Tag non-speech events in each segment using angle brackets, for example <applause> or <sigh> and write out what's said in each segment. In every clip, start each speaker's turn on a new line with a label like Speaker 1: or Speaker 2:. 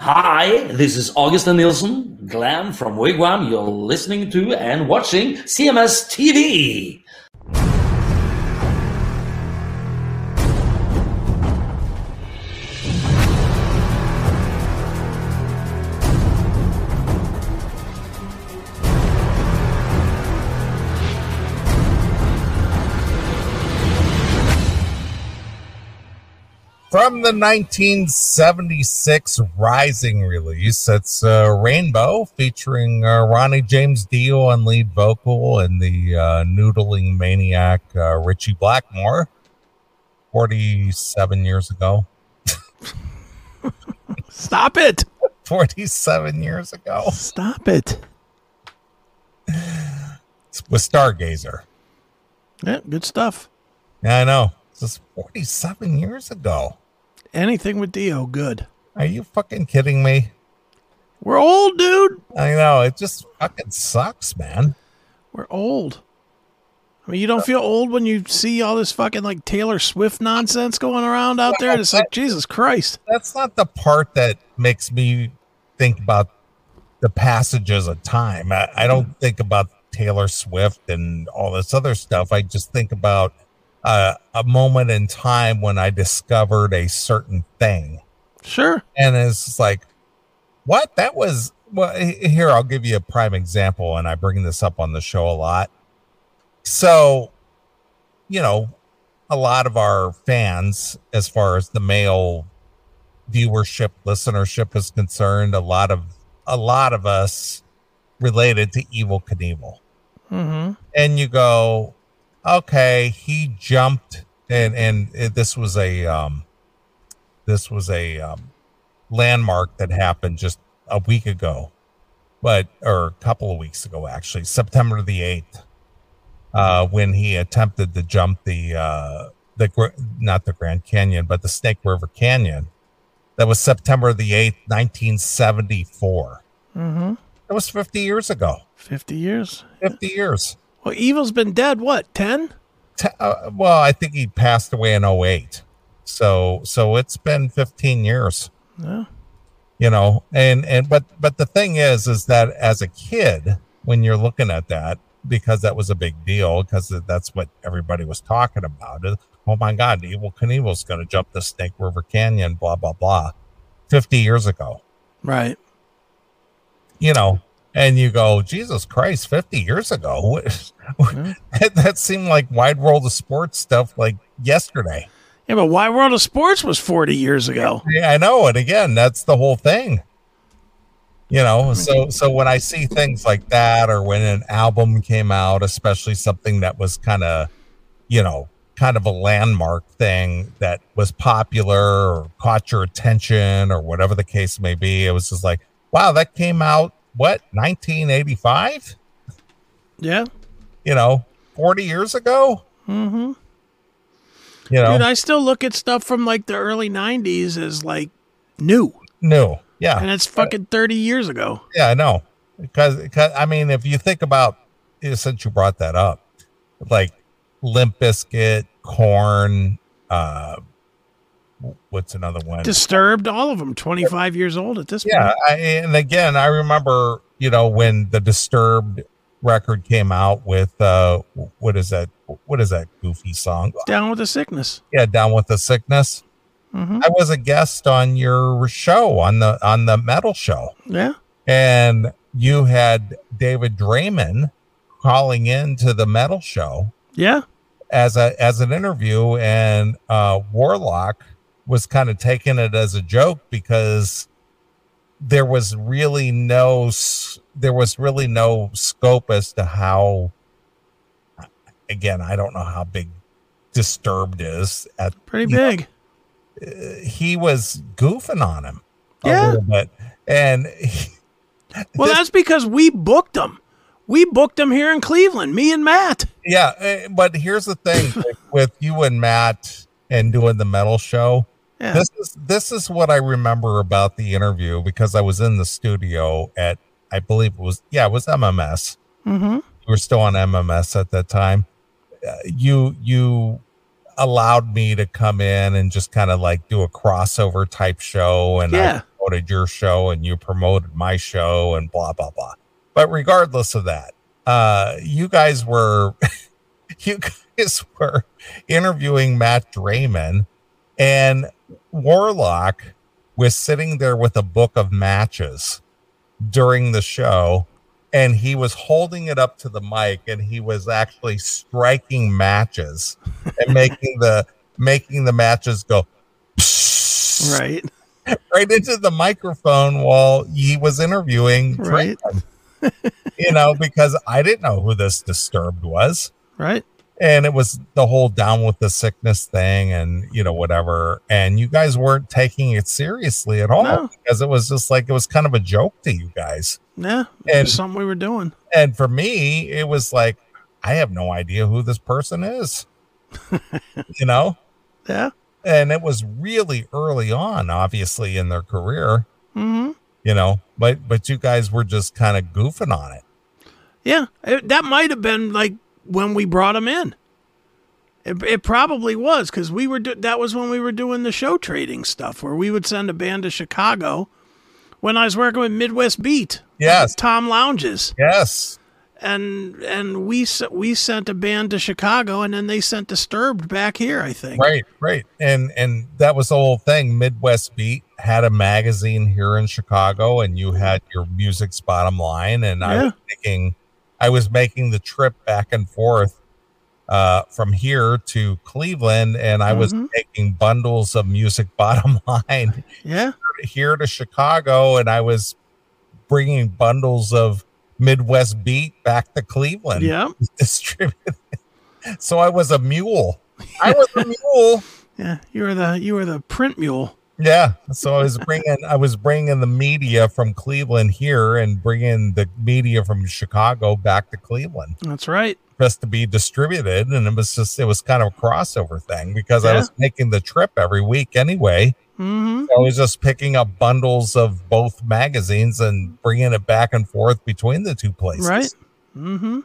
Speaker 1: Hi, this is Augustin Nielsen, Glam from Wigwam. You're listening to and watching CMS TV.
Speaker 2: from the 1976 Rising release. It's uh, Rainbow featuring uh, Ronnie James Dio on lead vocal and the uh, noodling maniac uh, Richie Blackmore 47 years ago. <laughs>
Speaker 3: Stop it.
Speaker 2: 47 years ago
Speaker 3: Stop it.
Speaker 2: with Stargazer.
Speaker 3: Yeah, good stuff.
Speaker 2: Yeah, I know. This is 47 years ago.
Speaker 3: Anything with Dio, good.
Speaker 2: Are you fucking kidding me?
Speaker 3: We're old, dude.
Speaker 2: I know. It just fucking sucks, man.
Speaker 3: We're old. I mean, you don't feel old when you see all this fucking like Taylor Swift nonsense going around out there. And it's like, Jesus Christ.
Speaker 2: that's not the part that makes me think about the passages of time. I, I don't think about Taylor Swift and all this other stuff. I just think about uh, a moment in time when I discovered a certain thing.
Speaker 3: Sure.
Speaker 2: And it's just like, what? That was, well, h- here, I'll give you a prime example. And I bring this up on the show a lot. So, you know, a lot of our fans, as far as the male viewership, listenership is concerned, a lot of, a lot of us related to Evil Knievel
Speaker 3: Mm
Speaker 2: and you go, okay, he jumped, and and it, this was a um, this was a um, landmark that happened just a week ago, but or a couple of weeks ago actually, September the eighth, uh, when he attempted to jump the uh, the gr- not the Grand Canyon but the Snake River Canyon. That was September the eighth, nineteen seventy four.
Speaker 3: hmm. Mm hmm.
Speaker 2: That was fifty years ago.
Speaker 3: 50 years.
Speaker 2: Fifty years.
Speaker 3: Well, Evil's been dead, what, 10?
Speaker 2: te- uh, well, I think he passed away in 08. So so it's been 15 years,
Speaker 3: Yeah.
Speaker 2: you know. And and but but the thing is is that as a kid when you're looking at that because that was a big deal because that's what everybody was talking about. is, Oh my god, Evil Knievel's going to jump the Snake River Canyon blah blah blah 50 years ago.
Speaker 3: Right.
Speaker 2: You know, and you go, Jesus Christ, 50 years ago. <laughs> What- that seemed like wide world of sports stuff like yesterday.
Speaker 3: Yeah, but Why World of Sports was 40 years ago.
Speaker 2: Yeah, I know. And again, that's the whole thing. You know, so so when I see things like that or when an album came out, especially something that was kind of, you know, kind of a landmark thing that was popular or caught your attention or whatever the case may be, it was just like, wow, that came out what, 1985?
Speaker 3: Yeah.
Speaker 2: You know, 40 years ago?
Speaker 3: Mm hmm.
Speaker 2: You know,
Speaker 3: Dude, I still look at stuff from like the early '90s as like new,
Speaker 2: new. Yeah.
Speaker 3: and it's fucking 30 years ago.
Speaker 2: Yeah, I know. Because, because I mean, if you think about yeah, since you brought that up, like Limp Biscuit, Corn, uh, what's another one?
Speaker 3: Disturbed, all of them, 25 years old at this
Speaker 2: yeah,
Speaker 3: point.
Speaker 2: I, and again, I remember you know when the Disturbed record came out with uh, what is that? What is that goofy song?
Speaker 3: Down with the sickness.
Speaker 2: Yeah, Down with the Sickness.
Speaker 3: hmm
Speaker 2: I was a guest on your show on the on the metal show.
Speaker 3: Yeah,
Speaker 2: and you had David Draymond calling in to the metal show
Speaker 3: yeah,
Speaker 2: as a as an interview, and uh, Warlock was kind of taking it as a joke because there was really no s- there was really no scope as to how. Again, I don't know how big Disturbed is at
Speaker 3: pretty
Speaker 2: Yeah.
Speaker 3: big.
Speaker 2: he was goofing on him a
Speaker 3: Yeah.
Speaker 2: little bit and he-
Speaker 3: Well, that's because we booked them. We booked them here in Cleveland, me and Matt.
Speaker 2: Yeah, eh, but here's the
Speaker 3: <laughs>
Speaker 2: thing with- with you and Matt and doing the metal show.
Speaker 3: Yeah,
Speaker 2: This is this is what I remember about the interview because I was in the studio at I believe it was yeah, it was MMS.
Speaker 3: mm-hmm.
Speaker 2: We were still on MMS at that time. Uh, you you allowed me to come in and just kind of like do a crossover type show and I
Speaker 3: Yeah.
Speaker 2: go promoted your show and you promoted my show and blah blah blah. But regardless of that, uh, you guys were <laughs> you guys were interviewing Matt Draymond and Warlock was sitting there with a book of matches during the show and he was holding it up to the mic and he was actually striking matches and making the making the matches go
Speaker 3: Right.
Speaker 2: right into the microphone while he was interviewing
Speaker 3: Right.
Speaker 2: Draymond. you know because i didn't know who this disturbed was
Speaker 3: Right.
Speaker 2: and it was the whole down with the sickness thing and you know whatever and you guys weren't taking it seriously at all
Speaker 3: No.
Speaker 2: because it was just like it was kind of a joke to you guys
Speaker 3: Yeah. It
Speaker 2: And-
Speaker 3: was something we were doing.
Speaker 2: and for me it was like i have no idea who this person
Speaker 3: <laughs>
Speaker 2: is you know
Speaker 3: Yeah.
Speaker 2: and it was really early on obviously in their career
Speaker 3: hmm
Speaker 2: you know but but you guys were just kind of goofing on it
Speaker 3: Yeah. It, that might have been like when we brought him in. It, it probably was because we were do- that was when we were doing the show trading stuff where we would send a band to Chicago. When I was working with Midwest Beat,
Speaker 2: Yes.
Speaker 3: Tom Lounges,
Speaker 2: yes
Speaker 3: and and we s- we sent a band to Chicago, and then they sent Disturbed back here. I think.
Speaker 2: right right and and that was the whole thing midwest beat had a magazine here in chicago and you had your music's bottom line and i was making i was making the trip back and forth uh from here to cleveland and i was
Speaker 3: Mhm.
Speaker 2: making bundles of music <laughs> bottom line
Speaker 3: Yeah.
Speaker 2: here to chicago and i was bringing bundles of midwest beat back <laughs> to cleveland
Speaker 3: Yeah.
Speaker 2: distributed so i was a mule i was
Speaker 3: <laughs>
Speaker 2: a mule
Speaker 3: Yeah. You were the you were the print mule.
Speaker 2: Yeah, so I was bringing I was bringing the media from Cleveland here and bringing the media from Chicago back to Cleveland
Speaker 3: That's right.
Speaker 2: just to be distributed, and it was just it was kind of a crossover thing because I
Speaker 3: Yeah.
Speaker 2: was making the trip every week anyway.
Speaker 3: hmm
Speaker 2: I was just picking up bundles of both magazines and bringing it back and forth between the two places.
Speaker 3: Right. Mm-hmm.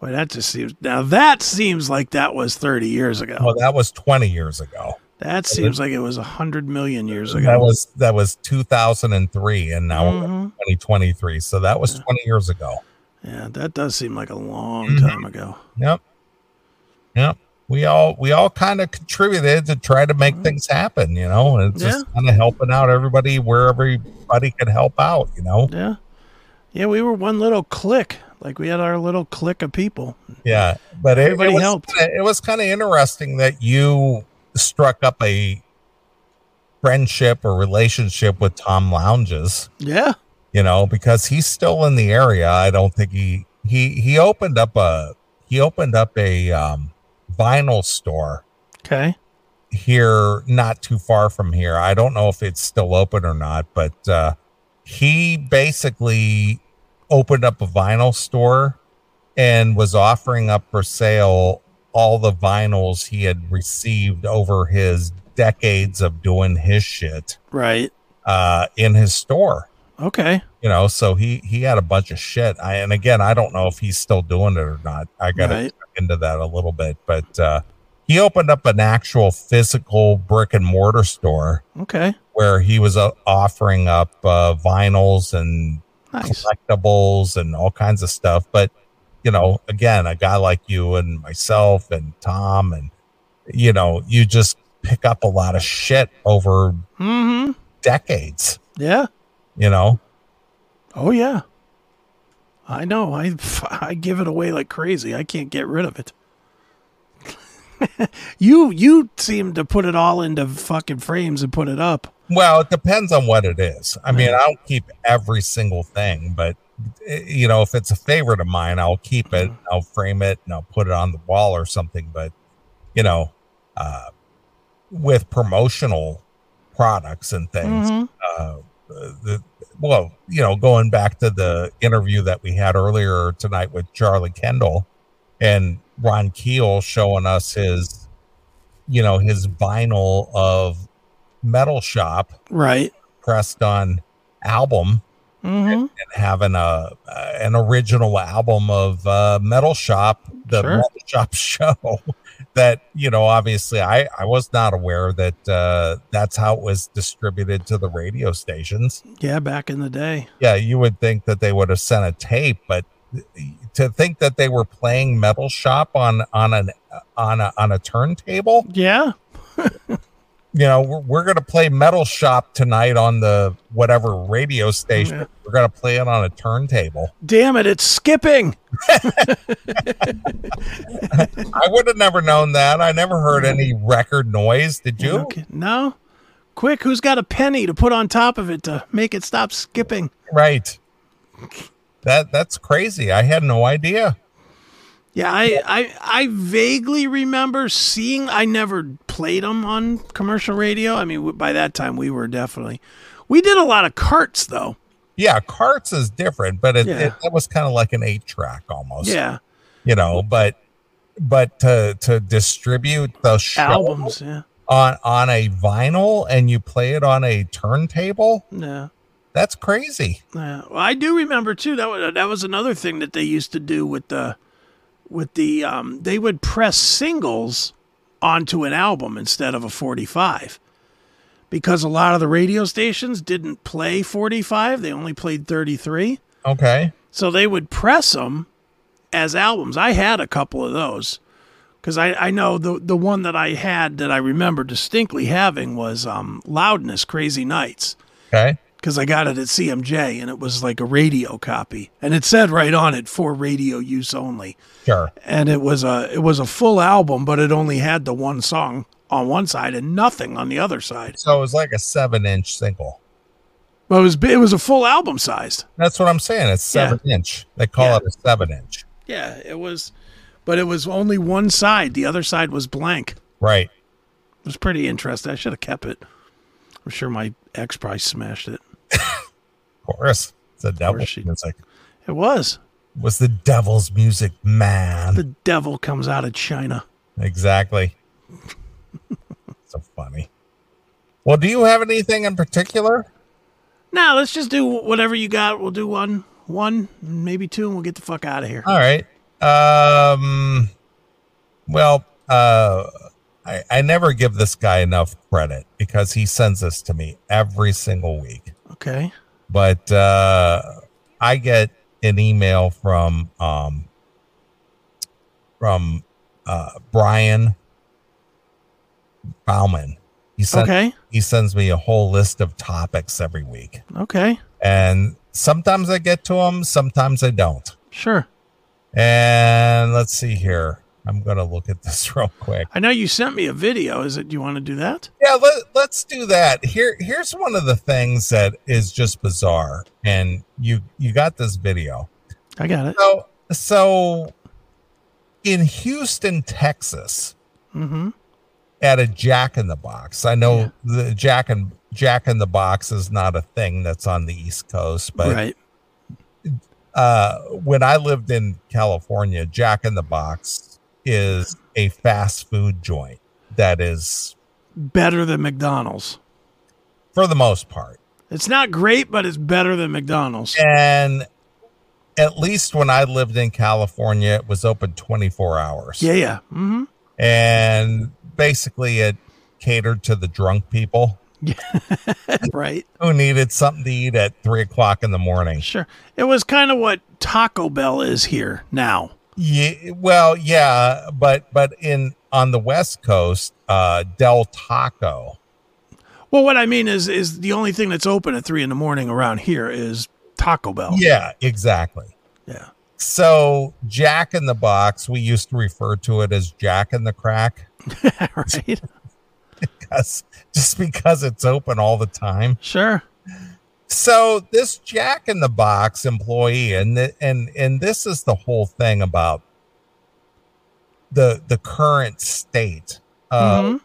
Speaker 3: Boy, that just seems now that seems like that was thirty years ago.
Speaker 2: Well, that was twenty years ago.
Speaker 3: that seems like it was a hundred million years ago.
Speaker 2: That was that was two thousand and three, and now we're
Speaker 3: Mhm.
Speaker 2: twenty twenty three. So that was twenty years ago.
Speaker 3: yeah, that does seem like a long
Speaker 2: Mhm.
Speaker 3: time ago.
Speaker 2: Yep. Yep. We all we all kind of contributed to try to make things happen, you know, and it's just kind of helping out everybody where everybody could help out, you know.
Speaker 3: Yeah. Yeah, we were one little clique. Like we had our little clique of people.
Speaker 2: Yeah. But it,
Speaker 3: Everybody
Speaker 2: it was
Speaker 3: helped.
Speaker 2: kinda- it was kind of interesting that you struck up a friendship or relationship with Tom Lounges,
Speaker 3: Yeah.
Speaker 2: you know, because he's still in the area. I don't think he he he opened up a he opened up a um vinyl store
Speaker 3: Okay.
Speaker 2: here not too far from here i don't know if it's still open or not but uh he basically opened up a vinyl store and was offering up for sale all the vinyls he had received over his decades of doing his shit
Speaker 3: Right.
Speaker 2: uh in his store
Speaker 3: Okay.
Speaker 2: you know so he he had a bunch of shit I, and again i don't know if he's still doing it or not i gotta
Speaker 3: Right.
Speaker 2: into that a little bit, but uh, he opened up an actual physical brick and mortar store
Speaker 3: Okay.
Speaker 2: where he was uh, offering up uh, vinyls and
Speaker 3: Nice.
Speaker 2: collectibles and all kinds of stuff. But, you know, again, a guy like you and myself and Tom, and, you know, you just pick up a lot of shit over
Speaker 3: Mm-hmm.
Speaker 2: decades,
Speaker 3: Yeah.
Speaker 2: you know?
Speaker 3: Oh yeah. I know. I <laughs> I give it away like crazy. I can't get rid of it. <laughs> you you seem to put it all into fucking frames and put it up.
Speaker 2: Well, it depends on what it is. I mean, I don't keep every single thing, but eh, you know, if it's a favorite of mine, I'll keep it. I'll frame it and I'll put it on the wall or something. But you know, uh, with promotional products and things,
Speaker 3: Mhm.
Speaker 2: uh, the well, you know, going back to the interview that we had earlier tonight with Charlie Kendall and Ron Keel showing us his, you know, his vinyl of Metal Shop
Speaker 3: Right.
Speaker 2: pressed on album
Speaker 3: Mm-hmm.
Speaker 2: and having a uh, an original album of uh, Metal Shop, the
Speaker 3: Sure.
Speaker 2: Metal Shop <laughs> show. That you know, obviously, I I was not aware that uh, that's how it was distributed to the radio stations.
Speaker 3: Yeah, back in the day.
Speaker 2: Yeah, you would think that they would have sent a tape, but to think that they were playing Metal Shop on on an on a on a turntable,
Speaker 3: Yeah.
Speaker 2: you know, we're, we're gonna play Metal Shop tonight on the whatever radio station.
Speaker 3: Yeah.
Speaker 2: We're gonna play it on a turntable.
Speaker 3: Damn it, it's skipping.
Speaker 2: I would have never known that. I never heard any record noise. Did you?
Speaker 3: Okay. No? Quick, who's got a penny to put on top of it to make it stop skipping?
Speaker 2: Right. That that's crazy. I had no idea.
Speaker 3: Yeah, I, I I vaguely remember seeing. I never played them on commercial radio. I mean, w- by that time we were definitely. We did a lot of carts though.
Speaker 2: Yeah, carts is different, but it,
Speaker 3: Yeah.
Speaker 2: it that was kind of like an eight track almost.
Speaker 3: Yeah,
Speaker 2: You know, but but to to distribute the show
Speaker 3: albums. Yeah,
Speaker 2: on on a vinyl and you play it on a turntable,
Speaker 3: yeah.
Speaker 2: that's crazy.
Speaker 3: Yeah. Well, I do remember too. That was, that was another thing that they used to do with the with the um they would press singles onto an album instead of a 45 because a lot of the radio stations didn't play 45 they only played 33
Speaker 2: Okay.
Speaker 3: so they would press them as albums i had a couple of those because I, I know the the one that i had that i remember distinctly having was um loudness crazy nights
Speaker 2: Okay.
Speaker 3: because I got it at CMJ and it was like a radio copy, and it said right on it for radio use only.
Speaker 2: Sure.
Speaker 3: And it was a it was a full album, but it only had the one song on one side and nothing on the other side.
Speaker 2: So it was like a seven inch single.
Speaker 3: But it was bi- it was a full album sized.
Speaker 2: That's what I'm saying. It's
Speaker 3: Yeah.
Speaker 2: seven inch. They call
Speaker 3: Yeah.
Speaker 2: it a seven inch.
Speaker 3: Yeah, it was, but it was only one side. The other side was blank.
Speaker 2: Right.
Speaker 3: It was pretty interesting. I should have kept it. I'm sure my ex probably smashed it.
Speaker 2: Of course. It's the devil
Speaker 3: she-
Speaker 2: music.
Speaker 3: It was
Speaker 2: Was the devil's music, man.
Speaker 3: the devil comes out of China.
Speaker 2: exactly. <laughs> so funny. Well, do you have anything in particular?
Speaker 3: Now let's just do whatever you got. We'll do one, one, maybe two, and we'll get the fuck out of here.
Speaker 2: All right. Um well, uh I, I never give this guy enough credit because he sends this to me every single week.
Speaker 3: Okay.
Speaker 2: but uh, I get an email from um, from uh, Brian Bauman. He sends
Speaker 3: Okay.
Speaker 2: he sends me a whole list of topics every week,
Speaker 3: Okay.
Speaker 2: and sometimes I get to them, sometimes I don't.
Speaker 3: Sure.
Speaker 2: And let's see here. I'm gonna look at <laughs> this real quick.
Speaker 3: I know you sent me a video. Is it? Do you want to do that?
Speaker 2: Yeah, let, let's do that. Here, here's one of the things that is just bizarre. And you you got this video.
Speaker 3: I got it.
Speaker 2: So, so in Houston, Texas,
Speaker 3: Mm-hmm.
Speaker 2: at a Jack in the Box. I know the Jack and Jack in the Box is not a thing that's on the East Coast, but
Speaker 3: right.
Speaker 2: uh, when I lived in California, Jack in the Box is a fast food joint that is,
Speaker 3: Better than McDonald's.
Speaker 2: for the most part,
Speaker 3: It's not great, but it's better than McDonald's.
Speaker 2: and at least when I lived in California, it was open 24 hours.
Speaker 3: Yeah. Yeah. Mm-hmm.
Speaker 2: and basically it catered to the drunk people
Speaker 3: Right.
Speaker 2: who needed something to eat at three o'clock in the morning.
Speaker 3: Sure. It was kind of what Taco Bell is here now.
Speaker 2: Yeah, well, yeah, but but in on the West Coast, uh, Del Taco,
Speaker 3: Well, what I mean is, is the only thing that's open at three in the morning around here is Taco Bell.
Speaker 2: yeah, exactly.
Speaker 3: Yeah. <laughs>
Speaker 2: So Jack in the Box, we used to refer to it as Jack in the Crack,
Speaker 3: right.
Speaker 2: 'cause- <laughs> just because it's open all the time.
Speaker 3: Sure.
Speaker 2: so this jack in the box employee and th- and and this is the whole thing about the the current state of
Speaker 3: Mhm.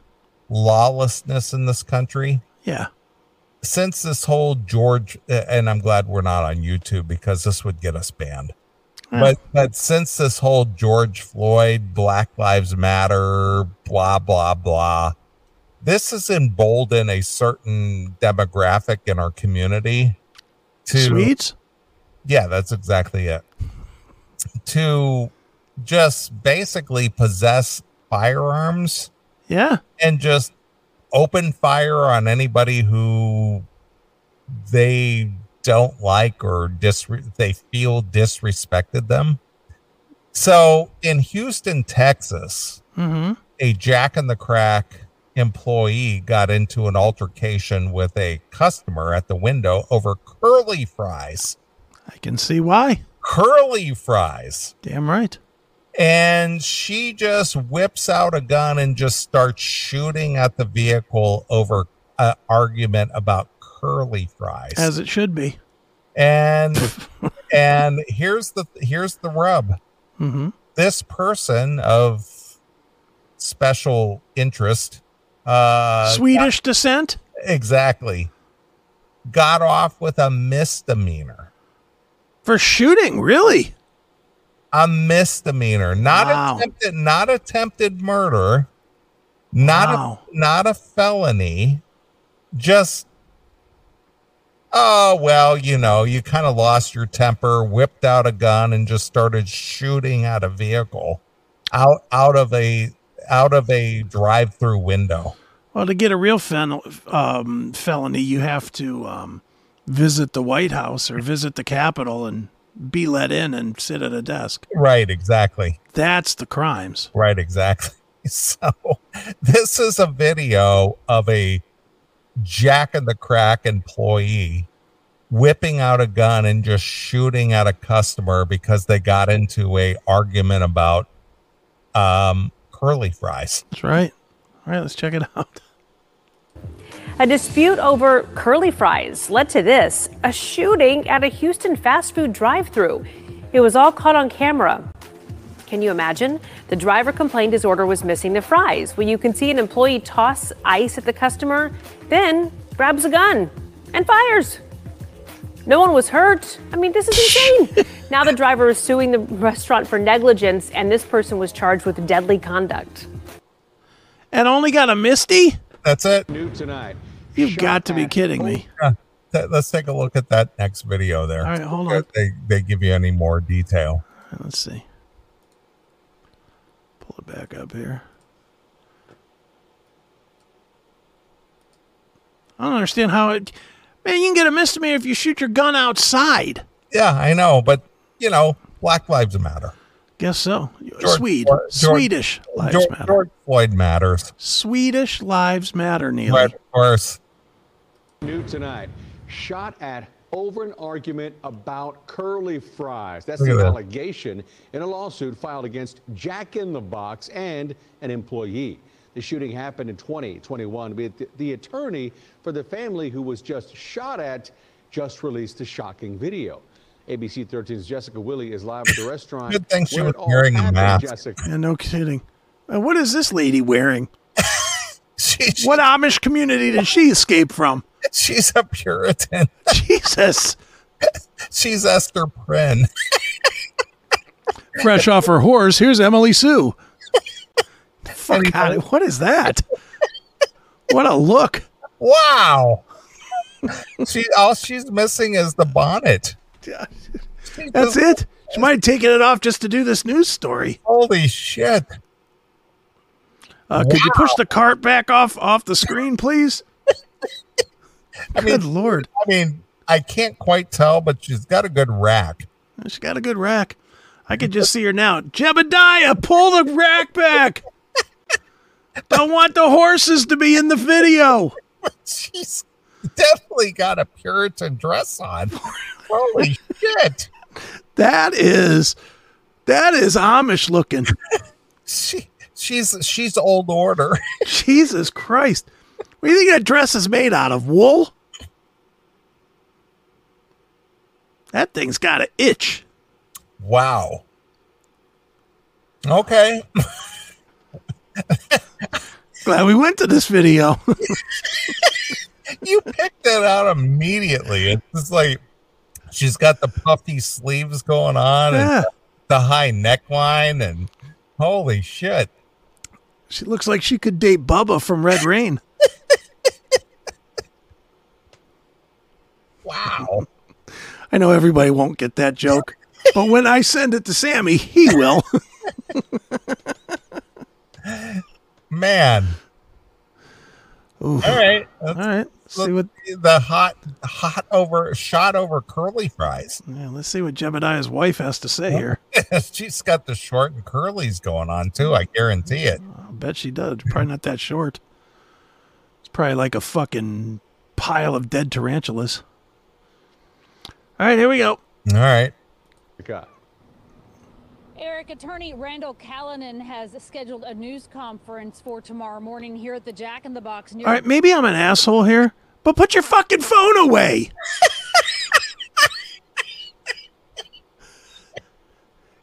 Speaker 2: lawlessness in this country
Speaker 3: Yeah.
Speaker 2: since this whole george uh, and i'm glad we're not on youtube because this would get us banned
Speaker 3: Yeah.
Speaker 2: but but since this whole george floyd black lives matter blah blah blah this has emboldened a certain demographic in our community to
Speaker 3: Sweets?
Speaker 2: yeah, that's exactly it. To just basically possess firearms
Speaker 3: Yeah.
Speaker 2: and just open fire on anybody who they don't like or disre- they feel disrespected them. So in Houston, Texas,
Speaker 3: Mm-hmm.
Speaker 2: a Jack in the Crack employee got into an altercation with a customer at the window over curly fries.
Speaker 3: I can see why.
Speaker 2: Curly fries.
Speaker 3: Damn right.
Speaker 2: And she just whips out a gun and just starts shooting at the vehicle over an argument about curly fries.
Speaker 3: As it should be.
Speaker 2: and and here's the here's the rub.
Speaker 3: Mm-hmm.
Speaker 2: this person of special interest uh
Speaker 3: Swedish descent?
Speaker 2: exactly got off with a misdemeanor
Speaker 3: For shooting, really?
Speaker 2: a misdemeanor not
Speaker 3: Wow.
Speaker 2: attempted not attempted murder not
Speaker 3: Wow.
Speaker 2: a, not a felony just oh well you know you kind of lost your temper whipped out a gun and just started shooting at a vehicle out out of a out of a drive-through window
Speaker 3: Well, to get a real fel- um, felony, you have to um, visit the White House or visit the Capitol and be let in and sit at a desk.
Speaker 2: right exactly
Speaker 3: That's the crimes.
Speaker 2: Right, exactly. <laughs> So this is a video of a Jack in the Crack employee whipping out a gun and just shooting at a customer because they got into a argument about um curly fries.
Speaker 3: That's right. All right, let's check it out. <laughs>
Speaker 4: A dispute over curly fries led to this a shooting at a Houston fast food drive through. It was all caught on camera. Can you imagine? The driver complained his order was missing the fries. Well, you can see an employee toss ice at the customer, then grabs a gun and fires. No one was hurt. I mean, this is insane. now the driver is suing the restaurant for negligence, and this person was charged with deadly conduct.
Speaker 3: And only got a Misty?
Speaker 2: That's it.
Speaker 5: new tonight.
Speaker 3: You've got to be kidding me.
Speaker 2: Th- Let's take a look at that next video there.
Speaker 3: All right, hold
Speaker 2: If
Speaker 3: on.
Speaker 2: They they give you any more detail.
Speaker 3: Let's see. Pull it back up here. I don't understand how it. Man, you can get a misdemeanor if you shoot your gun outside.
Speaker 2: Yeah, I know, but you know, Black Lives Matter.
Speaker 3: Guess so.
Speaker 2: George Floyd-
Speaker 3: Swede.
Speaker 2: George-
Speaker 3: Swedish lives
Speaker 2: George,
Speaker 3: matter.
Speaker 2: George Floyd matters.
Speaker 3: Swedish lives matter, Neil.
Speaker 2: But of course, <laughs>
Speaker 5: New tonight. Shot at over an argument about curly fries. That's
Speaker 2: Look at
Speaker 5: the
Speaker 2: that.
Speaker 5: allegation in a lawsuit filed against Jack in the Box and an employee. The shooting happened in 2021. But the- The attorney for the family who was just shot at just released a shocking video. ABC 13's Jessica Willie is live at the
Speaker 2: <laughs>
Speaker 5: restaurant.
Speaker 2: Good thing she
Speaker 5: where
Speaker 2: was
Speaker 5: it all
Speaker 2: wearing a
Speaker 5: happened,
Speaker 2: mask.
Speaker 5: Jessica.
Speaker 3: Yeah, no kidding. Uh, what is this lady wearing?
Speaker 2: she, she-
Speaker 3: What Amish community did she escape from? <laughs>
Speaker 2: she's a Puritan.
Speaker 3: Jesus.
Speaker 2: She's Esther Prynne.
Speaker 3: fresh off her horse, here's Emily Sue. Fuck out of- What is that? What a look.
Speaker 2: Wow. she all she's missing is the bonnet.
Speaker 3: That's it. She might have taken it off just to do this news story.
Speaker 2: Holy shit.
Speaker 3: Uh, Could you push the cart back off off the screen, please? Good lord,
Speaker 2: I mean, I can't quite tell, but she's got a good rack. <laughs>
Speaker 3: she got a good rack. I could just see her now. Jebediah, pull the rack back. Don't want the horses to be in the video.
Speaker 2: She's definitely got a Puritan dress on. Holy shit.
Speaker 3: That is, that is Amish looking.
Speaker 2: She she's she's old order. <laughs>
Speaker 3: Jesus Christ. What do you think that dress is made out of? Wool? That thing's got an itch.
Speaker 2: Wow. Okay.
Speaker 3: Glad we went to this video. <laughs>
Speaker 2: you picked that out immediately. It's just like she's got the puffy sleeves going on
Speaker 3: Yeah.
Speaker 2: and the high neckline and holy shit.
Speaker 3: she looks like she could date Bubba from Red Rain.
Speaker 2: Wow.
Speaker 3: I know everybody won't get that joke, but when I send it to Sammy, he will. <laughs>
Speaker 2: Man. All right.
Speaker 3: All right. See what
Speaker 2: the hot hot over shot over curly fries. <laughs>
Speaker 3: yeah, let's see what Jebediah's wife has to say here.
Speaker 2: She's got the short and curlies going on too. I guarantee it.
Speaker 3: I bet she does. Probably not that short. It's probably like a fucking pile of dead tarantulas. All right, here we go.
Speaker 2: All right.
Speaker 5: America.
Speaker 6: Eric, attorney Randall Callanan has scheduled a news conference for tomorrow morning here at the Jack in the Box News.
Speaker 3: All right, maybe I'm an asshole here, but put your fucking phone away. <laughs>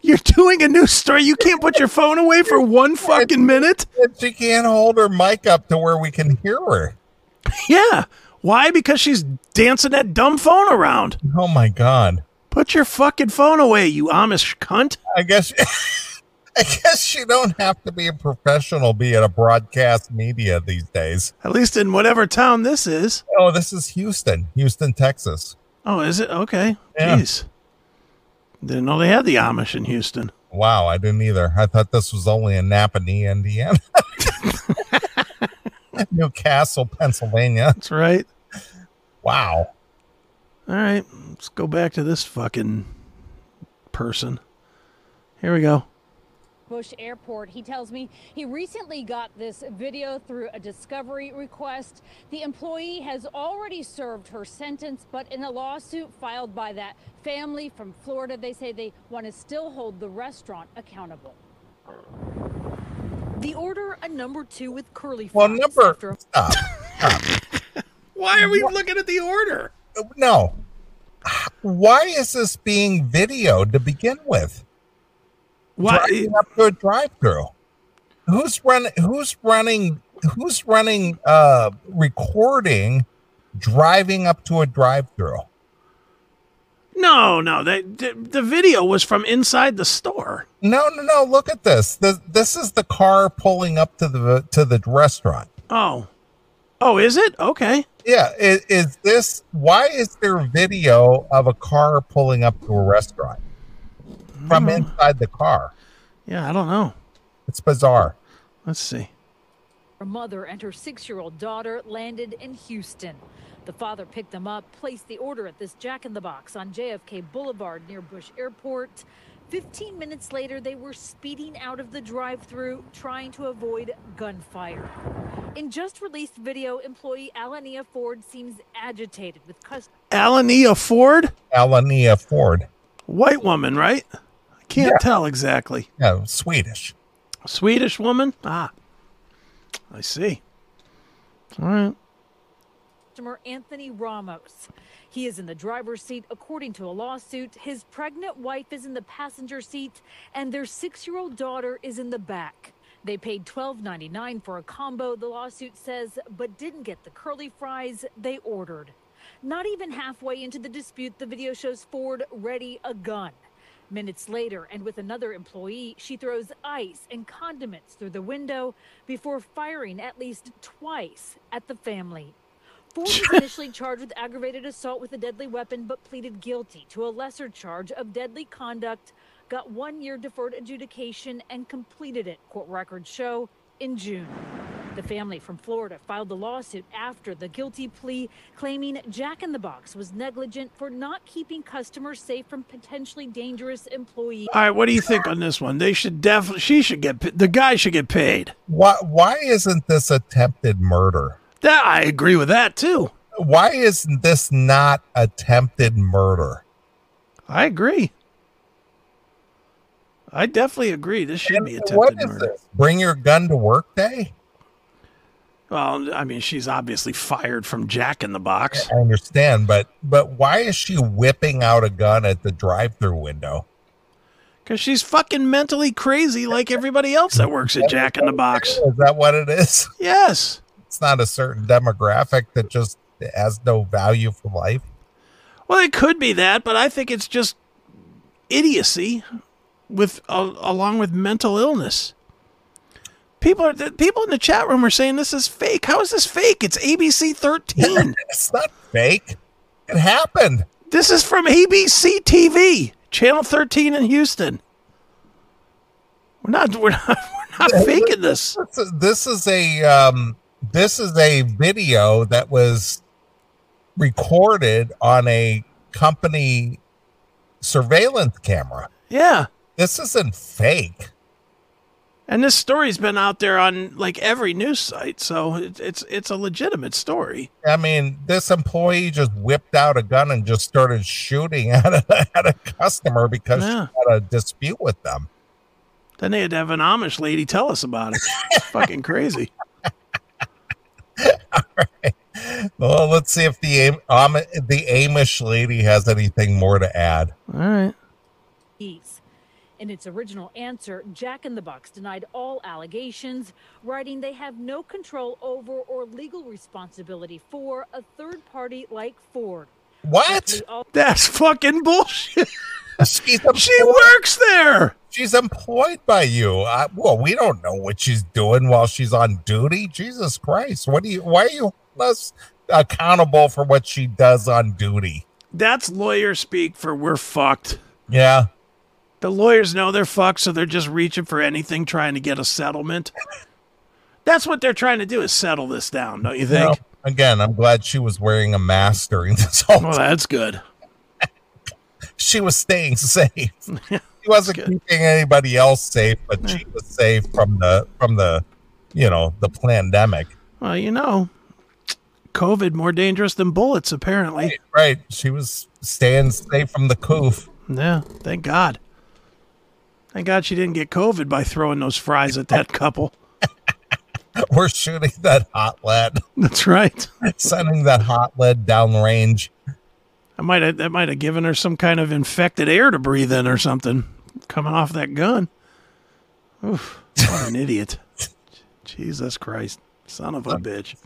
Speaker 3: You're doing a news story. You can't put your phone away for one fucking minute.
Speaker 2: But she can't hold her mic up to where we can hear her.
Speaker 3: Yeah. Why? Because she's dancing that dumb phone around.
Speaker 2: Oh my god.
Speaker 3: Put your fucking phone away, you Amish cunt.
Speaker 2: I guess <laughs> I guess you don't have to be a professional being a broadcast media these days.
Speaker 3: At least in whatever town this is.
Speaker 2: Oh, this is Houston, Houston, Texas.
Speaker 3: Oh, is it? Okay.
Speaker 2: Yeah.
Speaker 3: Jeez. Didn't know they had the Amish in Houston.
Speaker 2: Wow, I didn't either. I thought this was only in Napanee, Indiana. <laughs> Newcastle, Pennsylvania.
Speaker 3: That's right.
Speaker 2: Wow.
Speaker 3: All right, let's go back to this fucking person. Here we go.
Speaker 6: Bush Airport. He tells me he recently got this video through a discovery request. The employee has already served her sentence, but in a lawsuit filed by that family from Florida, they say they want to still hold the restaurant accountable. The order a number two with curly
Speaker 2: Well,
Speaker 6: fries
Speaker 2: number
Speaker 6: after a
Speaker 2: stop.
Speaker 3: Why are we looking at the order?
Speaker 2: No. Why is this being videoed to begin with?
Speaker 3: Why?
Speaker 2: Driving up to a drive-through. Who's running? Who's running? Who's running? Uh, recording driving up to a drive-through.
Speaker 3: No, no. They, the, the video was from inside the store.
Speaker 2: No, no, no. Look at this. This, this is the car pulling up to the to the restaurant.
Speaker 3: Oh. Oh, is it? Okay.
Speaker 2: Yeah, is, is this why is there video of a car pulling up to a restaurant from inside the car?
Speaker 3: Yeah, I don't know.
Speaker 2: It's bizarre.
Speaker 3: Let's see.
Speaker 6: Her mother and her six year old daughter landed in Houston. The father picked them up, placed the order at this Jack in the Box on JFK Boulevard near Bush Airport. 15 minutes later, they were speeding out of the drive through, trying to avoid gunfire. In just released video, employee Alania Ford seems agitated with customers.
Speaker 3: Alania Ford?
Speaker 2: Alania Ford.
Speaker 3: White woman, right? I can't tell exactly.
Speaker 2: No, Swedish.
Speaker 3: Swedish woman? Ah. I see. All right.
Speaker 6: customer Anthony Ramos. He is in the driver's seat, according to a lawsuit. His pregnant wife is in the passenger seat, and their six-year-old daughter is in the back. They paid $12.99 for a combo, the lawsuit says, but didn't get the curly fries they ordered. Not even halfway into the dispute, the video shows Ford ready a gun. Minutes later, and with another employee, she throws ice and condiments through the window before firing at least twice at the family. Ford was initially charged with aggravated assault with a deadly weapon, but pleaded guilty to a lesser charge of deadly conduct, got one year deferred adjudication, and completed it, court records show, in June. The family from Florida filed the lawsuit after the guilty plea, claiming Jack in the Box was negligent for not keeping customers safe from potentially dangerous employees.
Speaker 3: All right, what do you think on this one? They should definitely she should get pa- the guy should get paid.
Speaker 2: Why why isn't this attempted murder?
Speaker 3: That I agree with that too.
Speaker 2: Why isn't this not attempted murder?
Speaker 3: I agree. I definitely agree. This should be
Speaker 2: What
Speaker 3: attempted
Speaker 2: is
Speaker 3: murder.
Speaker 2: this? Bring your gun to work day?
Speaker 3: Well, I mean, she's obviously fired from Jack in the Box.
Speaker 2: I understand, but but why is she whipping out a gun at the drive-through window?
Speaker 3: Because she's fucking mentally crazy like everybody else that works at Jack in the Box.
Speaker 2: Is that what it is? <laughs>
Speaker 3: Yes.
Speaker 2: it's not a certain demographic that just has no value for life.
Speaker 3: Well, it could be that, but I think it's just idiocy with al along with mental illness. People are the people in the chat room are saying this is fake. How is this fake? It's ABC 13.
Speaker 2: It's not fake. It happened.
Speaker 3: This is from ABC TV, Channel 13 in Houston. We're not <laughs> we're not we're not faking this.
Speaker 2: This is- this is a um, this is a video that was recorded on a company surveillance camera.
Speaker 3: Yeah.
Speaker 2: This isn't fake.
Speaker 3: And this story's been out there on like every news site, so it, it's it's a legitimate story.
Speaker 2: I mean, this employee just whipped out a gun and just started shooting <laughs> at a, at a customer because
Speaker 3: Yeah.
Speaker 2: she had a dispute with them.
Speaker 3: Then they had to have an Amish lady tell us about it. Fucking crazy.
Speaker 2: Well, let's see if the Am- Am- the Amish lady has anything more to add.
Speaker 3: All right.
Speaker 6: ease. In its original answer, Jack in the Box denied all allegations, writing they have no control over or legal responsibility for a third party like Ford.
Speaker 2: What?
Speaker 6: We all
Speaker 3: That's fucking bullshit. <laughs>
Speaker 2: She's employed,
Speaker 3: She works there.
Speaker 2: she's employed by you. I, well, we don't know what she's doing while she's on duty. Jesus Christ! What do you? Why are you less accountable for what she does on duty?
Speaker 3: That's lawyer speak for we're fucked.
Speaker 2: Yeah.
Speaker 3: The lawyers know they're fucked, so they're just reaching for anything trying to get a settlement. That's what they're trying to do is settle this down, don't you think?
Speaker 2: Well, again, I'm glad she was wearing a mask during this whole
Speaker 3: Well, that's good.
Speaker 2: <laughs> she was staying safe. She wasn't keeping anybody else safe, but she was safe from the from the you know the pandemic.
Speaker 3: Well, you know, COVID more dangerous than bullets, apparently.
Speaker 2: Right. She was staying safe from the coof. <laughs>
Speaker 3: Yeah, thank God. Thank God she didn't get COVID by throwing those fries at that couple.
Speaker 2: We're shooting that hot lead,
Speaker 3: That's right.
Speaker 2: sending that hot lead downrange.
Speaker 3: <laughs> I might have, that might have given her some kind of infected air to breathe in or something coming off that gun. Oof, what an idiot. <laughs> Jesus Christ. Son of a bitch.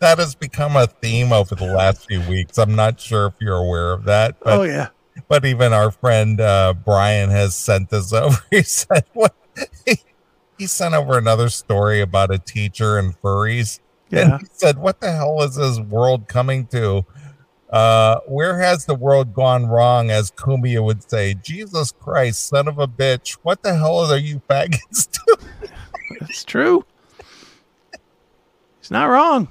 Speaker 2: That has become a theme over the last few weeks. I'm not sure if you're aware of that, but
Speaker 3: Oh, yeah.
Speaker 2: but even our friend uh, Brian has sent this <laughs> over. He said what he, he sent over another story about a teacher and furries.
Speaker 3: Yeah.
Speaker 2: And he said, What the hell is this world coming to? Uh, where has the world gone wrong? As Kumia would say, Jesus Christ, son of a bitch, what the hell are you faggots doing?
Speaker 3: That's true. He's not wrong.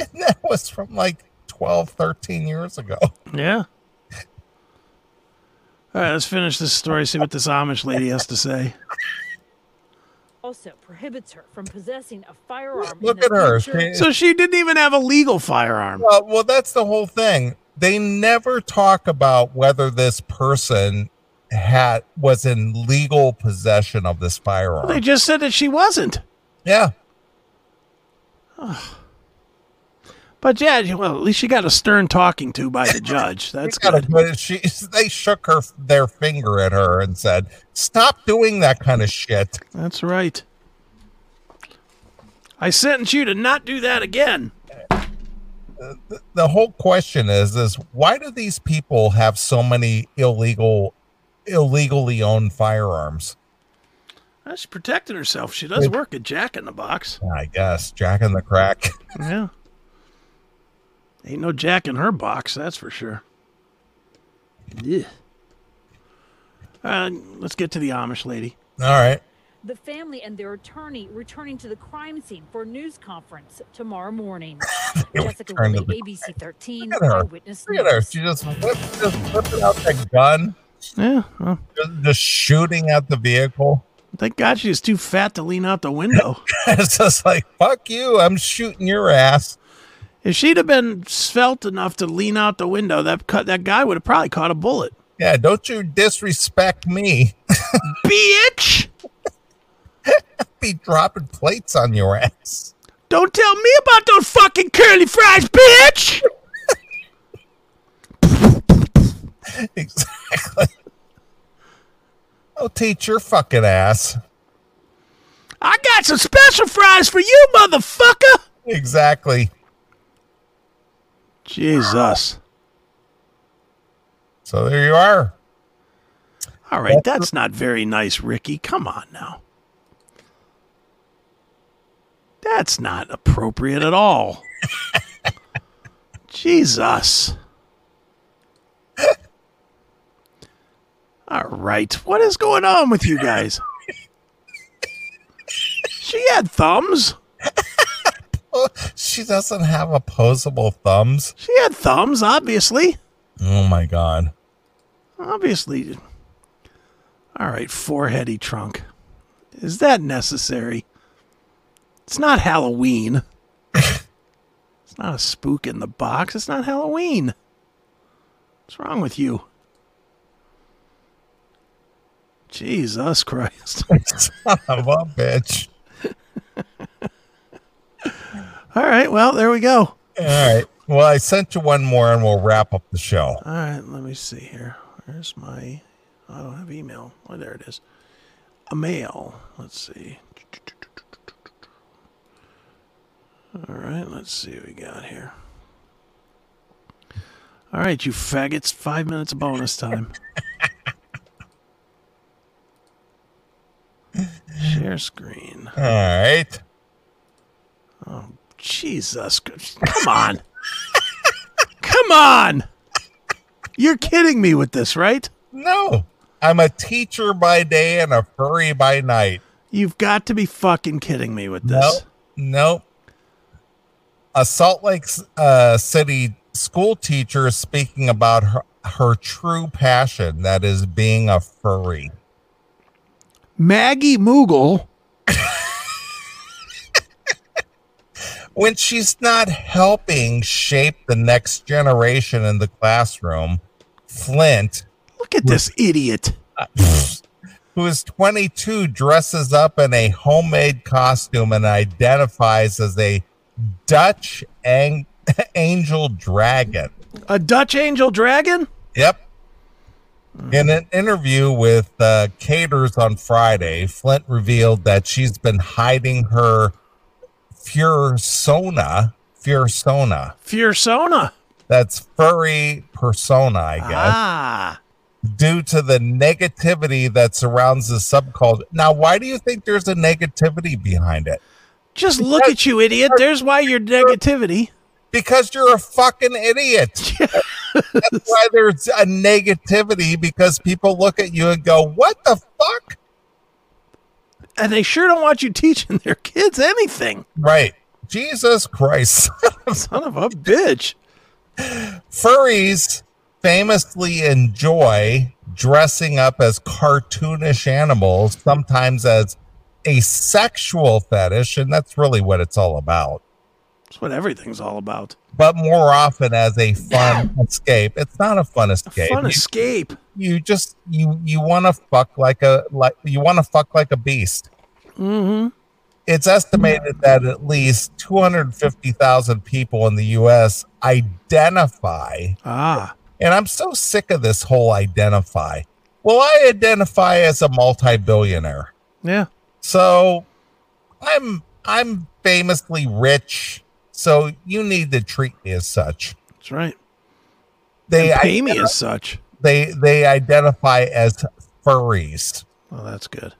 Speaker 2: And <laughs> that was from like 12, 13 years ago.
Speaker 3: Yeah. All right, let's finish this story, see what this Amish lady has to say.
Speaker 6: also prohibits her from possessing a firearm.
Speaker 2: Look
Speaker 6: in
Speaker 2: at
Speaker 6: the
Speaker 2: her.
Speaker 6: future.
Speaker 2: She-
Speaker 3: So she didn't even have a legal firearm.
Speaker 2: Well, well, that's the whole thing. They never talk about whether this person had was in legal possession of this firearm.
Speaker 3: They just said that she wasn't.
Speaker 2: yeah,
Speaker 3: But yeah, well, at least she got a stern talking to by the judge. That's
Speaker 2: She got a
Speaker 3: good.
Speaker 2: good- She <laughs> they shook her their finger at her and said, "Stop doing that kind of shit."
Speaker 3: That's right. I sentence you to not do that again.
Speaker 2: The whole question is: is why do these people have so many illegal, illegally owned firearms?
Speaker 3: Well, She's protecting herself. She does work at Jack in the Box.
Speaker 2: I guess Jack in the Crack. <laughs>
Speaker 3: Yeah. Ain't no Jack in her box, that's for sure. Yeah. Uh, let's get to the Amish lady.
Speaker 2: All right.
Speaker 6: The family and their attorney returning to the crime scene for a news conference
Speaker 2: <laughs>
Speaker 6: tomorrow morning. Jessica
Speaker 2: returned
Speaker 6: Wiley,
Speaker 2: to the-
Speaker 6: ABC 13,
Speaker 2: Look at her.
Speaker 6: Eyewitness
Speaker 2: Look at her.
Speaker 6: News.
Speaker 2: She just whipped, just whipping out that gun,
Speaker 3: Yeah. Well,
Speaker 2: just, just shooting at the vehicle. <laughs>
Speaker 3: thank God she's too fat to lean out the window.
Speaker 2: it's just like fuck you. I'm shooting your ass.
Speaker 3: If she'd have been svelte enough to lean out the window, that cut that guy would have probably caught a bullet.
Speaker 2: Yeah, don't you disrespect me. <laughs>
Speaker 3: Bitch!
Speaker 2: be dropping plates on your ass. <laughs>
Speaker 3: Don't tell me about those fucking curly fries, bitch!
Speaker 2: Exactly. I'll teach your fucking ass.
Speaker 3: I got some special fries for you, motherfucker!
Speaker 2: Exactly.
Speaker 3: Jesus.
Speaker 2: So there you are.
Speaker 3: All right, that's not very nice, Ricky. Come on now. That's not appropriate at all. Jesus. All right. What is going on with you guys? she had thumbs.
Speaker 2: She doesn't have opposable thumbs.
Speaker 3: She had thumbs, obviously.
Speaker 2: Oh my god. <laughs>
Speaker 3: Obviously. All right, foreheady trunk. Is that necessary? It's not Halloween. it's not a spook in the box. It's not Halloween. What's wrong with you? Jesus Christ.
Speaker 2: Son of a bitch.
Speaker 3: All right, well, there we go.
Speaker 2: All right. Well, I sent you one more and we'll wrap up the show.
Speaker 3: All right, let me see here. Where's my? I don't have email. Oh, there it is. A mail. Let's see. All right, let's see what we got here. All right, you faggots. Five minutes of bonus time. Share screen.
Speaker 2: All right.
Speaker 3: Jesus. Christ. Come on. <laughs> Come on. You're kidding me with this, right?
Speaker 2: No. I'm a teacher by day and a furry by night.
Speaker 3: You've got to be fucking kidding me with
Speaker 2: Nope.
Speaker 3: this.
Speaker 2: Nope. A Salt Lake uh, City school teacher is speaking about her, her true passion that is being a furry.
Speaker 3: Maggie Moogle.
Speaker 2: When she's not helping shape the next generation in the classroom, Flint,
Speaker 3: Look at this idiot.
Speaker 2: who is 22, dresses up in a homemade costume and identifies as a Dutch ang- <laughs> angel dragon.
Speaker 3: A Dutch angel dragon?
Speaker 2: Yep. In an interview with uh, Caters on Friday, Flint revealed that she's been hiding her fursona, fursona.
Speaker 3: Fiersona.
Speaker 2: That's furry persona, I guess,
Speaker 3: Ah.
Speaker 2: due to the negativity that surrounds the subculture. Now, why do you think there's a negativity behind it?
Speaker 3: Just look at you, idiot. There's why your negativity.
Speaker 2: Because you're a fucking <laughs> idiot. That's why there's a negativity because people look at you and go, "What the fuck?"
Speaker 3: And they sure don't want you teaching their kids anything.
Speaker 2: Right. Jesus Christ. <laughs>
Speaker 3: Son of a bitch.
Speaker 2: Furries famously enjoy dressing up as cartoonish animals, sometimes as a sexual fetish, and that's really what it's all about,
Speaker 3: That's what everything's all about.
Speaker 2: but more often as a fun escape. It's not a fun escape.
Speaker 3: Fun
Speaker 2: You-
Speaker 3: escape.
Speaker 2: you, just you you want to fuck like a like you want to fuck like a beast.
Speaker 3: Mm-hmm.
Speaker 2: It's estimated that at least 250,000 people in the US identify
Speaker 3: Ah.
Speaker 2: And I'm so sick of this whole identify. Well, I identify as a multi-billionaire.
Speaker 3: Yeah.
Speaker 2: So I'm I'm famously rich. So you need to treat me as such.
Speaker 3: That's right.
Speaker 2: They
Speaker 3: And pay me
Speaker 2: ident-
Speaker 3: as such.
Speaker 2: they they identify as furries.
Speaker 3: Well, that's good.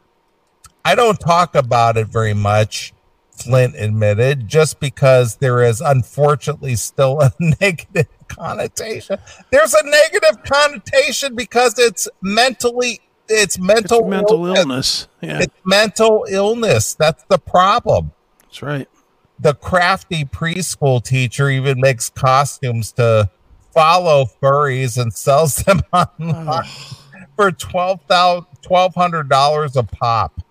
Speaker 2: I don't talk about it very much, Flint admitted, just because there is unfortunately still a <laughs> negative connotation. There's a negative connotation because it's mentally it's mental,
Speaker 3: It's mental illness. Yeah,
Speaker 2: It's mental illness. That's the problem.
Speaker 3: that's right.
Speaker 2: The crafty preschool teacher even makes costumes to follow furries and sells them <laughs> online for twelve thousand twelve hundred dollars a pop.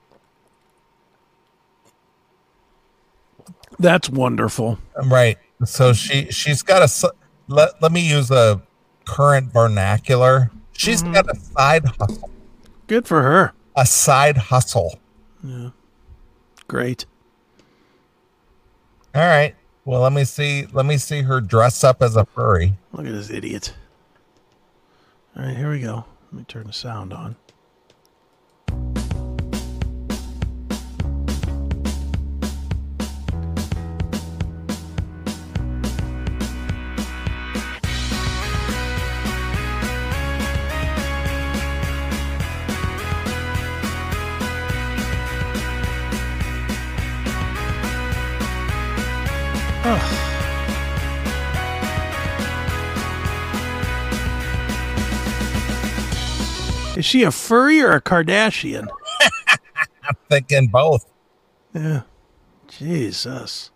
Speaker 3: That's wonderful.
Speaker 2: Right. So she she's got a s- let, let me use a current vernacular. She's got a side hustle,
Speaker 3: Good for her.
Speaker 2: a side hustle.
Speaker 3: Great.
Speaker 2: All right. Well, let me see let me see her dress up as a furry.
Speaker 3: Look at this idiot. All right, here we go. Let me turn the sound on. Is she a furry or a Kardashian?
Speaker 2: I'm thinking both.
Speaker 3: Yeah. Jesus.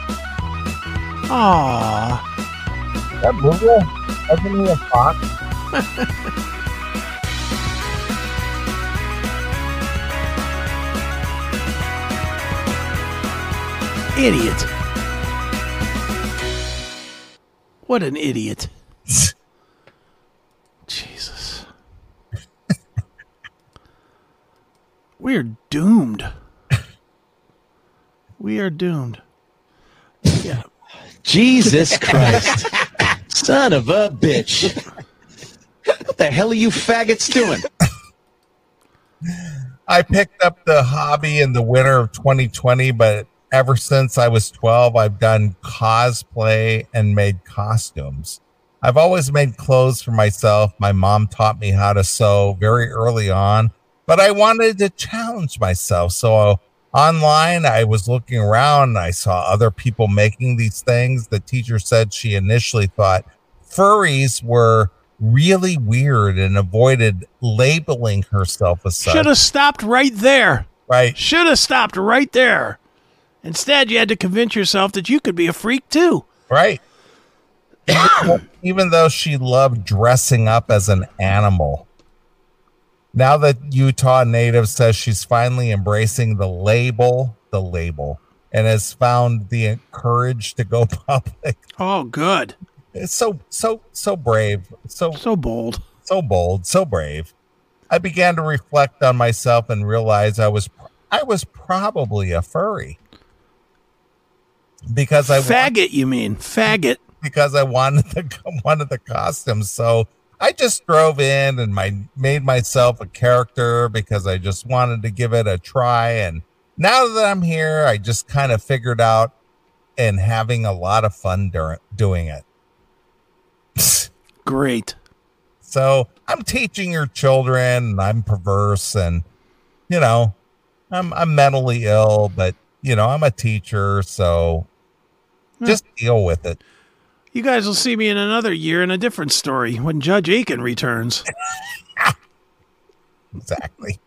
Speaker 3: Hmm. Aw.
Speaker 2: That Google wasn't he a fox?
Speaker 3: Idiot. What an idiot. Jesus. We're doomed. We are doomed. Yeah.
Speaker 7: Jesus Christ. Son of a bitch. What the hell are you faggots doing?
Speaker 2: I picked up the hobby in the winter of 2020, but ever since I was 12, I've done cosplay and made costumes. I've always made clothes for myself. My mom taught me how to sew very early on, but I wanted to challenge myself. So uh, online, I was looking around and I saw other people making these things. The teacher said she initially thought furries were really weird and avoided labeling herself as such.
Speaker 3: Should have stopped right there.
Speaker 2: right.
Speaker 3: Should have stopped right there. Instead, you had to convince yourself that you could be a freak too.
Speaker 2: Right. <coughs> Even though she loved dressing up as an animal. Now that Utah native says she's finally embracing the label, the label, and has found the courage to go <laughs> public.
Speaker 3: Oh, good.
Speaker 2: It's so, so, so brave, so,
Speaker 3: So bold.
Speaker 2: so bold, so brave. I began to reflect on myself and realize I was, I was probably a furry because I wa-
Speaker 3: Faggot, you mean? Faggot.
Speaker 2: because I wanted the <laughs> one of the costumes. So I just drove in and my made myself a character because I just wanted to give it a try. And now that I'm here, I just kind of figured out and having a lot of fun dur- doing it. <laughs>
Speaker 3: Great.
Speaker 2: So I'm teaching your children, and I'm perverse, and you know, I'm I'm mentally ill, but you know, I'm a teacher, so just deal with it.
Speaker 3: You guys will see me in another year in a different story when Judge Aiken
Speaker 2: <laughs>
Speaker 3: returns.
Speaker 2: exactly.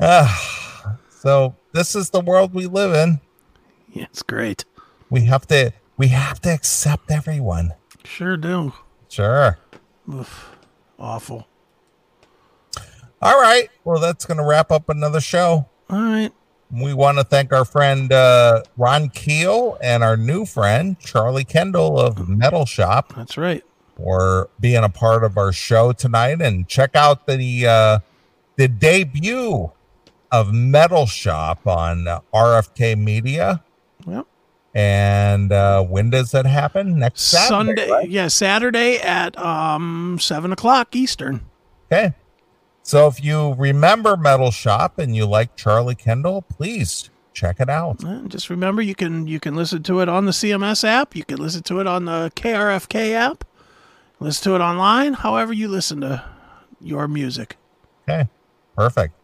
Speaker 2: Ah, so this is the world we live in.
Speaker 3: Yeah, it's great.
Speaker 2: We have to we have to accept everyone.
Speaker 3: Sure do.
Speaker 2: Sure.
Speaker 3: Awful.
Speaker 2: All right. Well, that's going to wrap up another show.
Speaker 3: All right.
Speaker 2: We want to thank our friend uh, Ron Keel and our new friend Charlie Kendall of Metal Shop
Speaker 3: That's right.
Speaker 2: for being a part of our show tonight. And check out the uh, the debut of Metal Shop on uh, RFK Media.
Speaker 3: Yep.
Speaker 2: And uh, when does that happen? Next Saturday,
Speaker 3: Sunday.
Speaker 2: right?
Speaker 3: Yeah, Saturday at um seven o'clock Eastern.
Speaker 2: Okay. So if you remember Metal Shop and you like Charlie Kendall, please check it out.
Speaker 3: Uh, Just remember you can you can listen to it on the CMS app. You can listen to it on the KRFK app. Listen to it online, however you listen to your music.
Speaker 2: Okay. Perfect.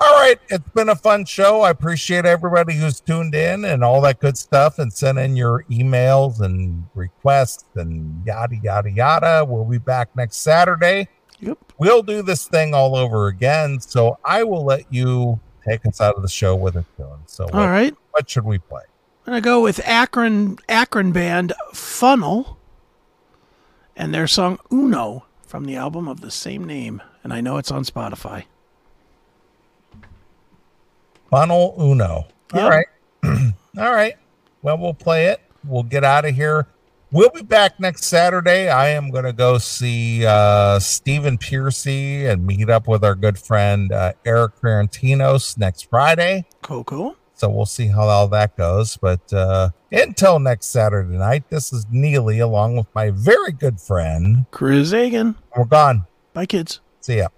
Speaker 2: All right. It's been a fun show. I appreciate everybody who's tuned in and all that good stuff and send in your emails and requests and yada, yada, yada. We'll be back next Saturday.
Speaker 3: Yep.
Speaker 2: We'll do this thing all over again. So I will let you take us out of the show with a tune. So,
Speaker 3: All
Speaker 2: what-
Speaker 3: right.
Speaker 2: what should we play?
Speaker 3: I'm gonna go with Akron Akron band Funnel and their song Uno from the album of the same name. And I know it's on Spotify.
Speaker 2: Funnel Uno.
Speaker 3: Yeah.
Speaker 2: All right. <clears throat> All right. Well, we'll play it. We'll get out of here. We'll be back next Saturday. I am going to go see uh, Stephen Piercy and meet up with our good friend uh, Eric Ferrantinos next Friday.
Speaker 3: Coco.
Speaker 2: So we'll see how all that goes. But uh, until next Saturday night, this is Neely along with my very good friend.
Speaker 3: Chris Agan.
Speaker 2: We're gone.
Speaker 3: Bye kids.
Speaker 2: See ya.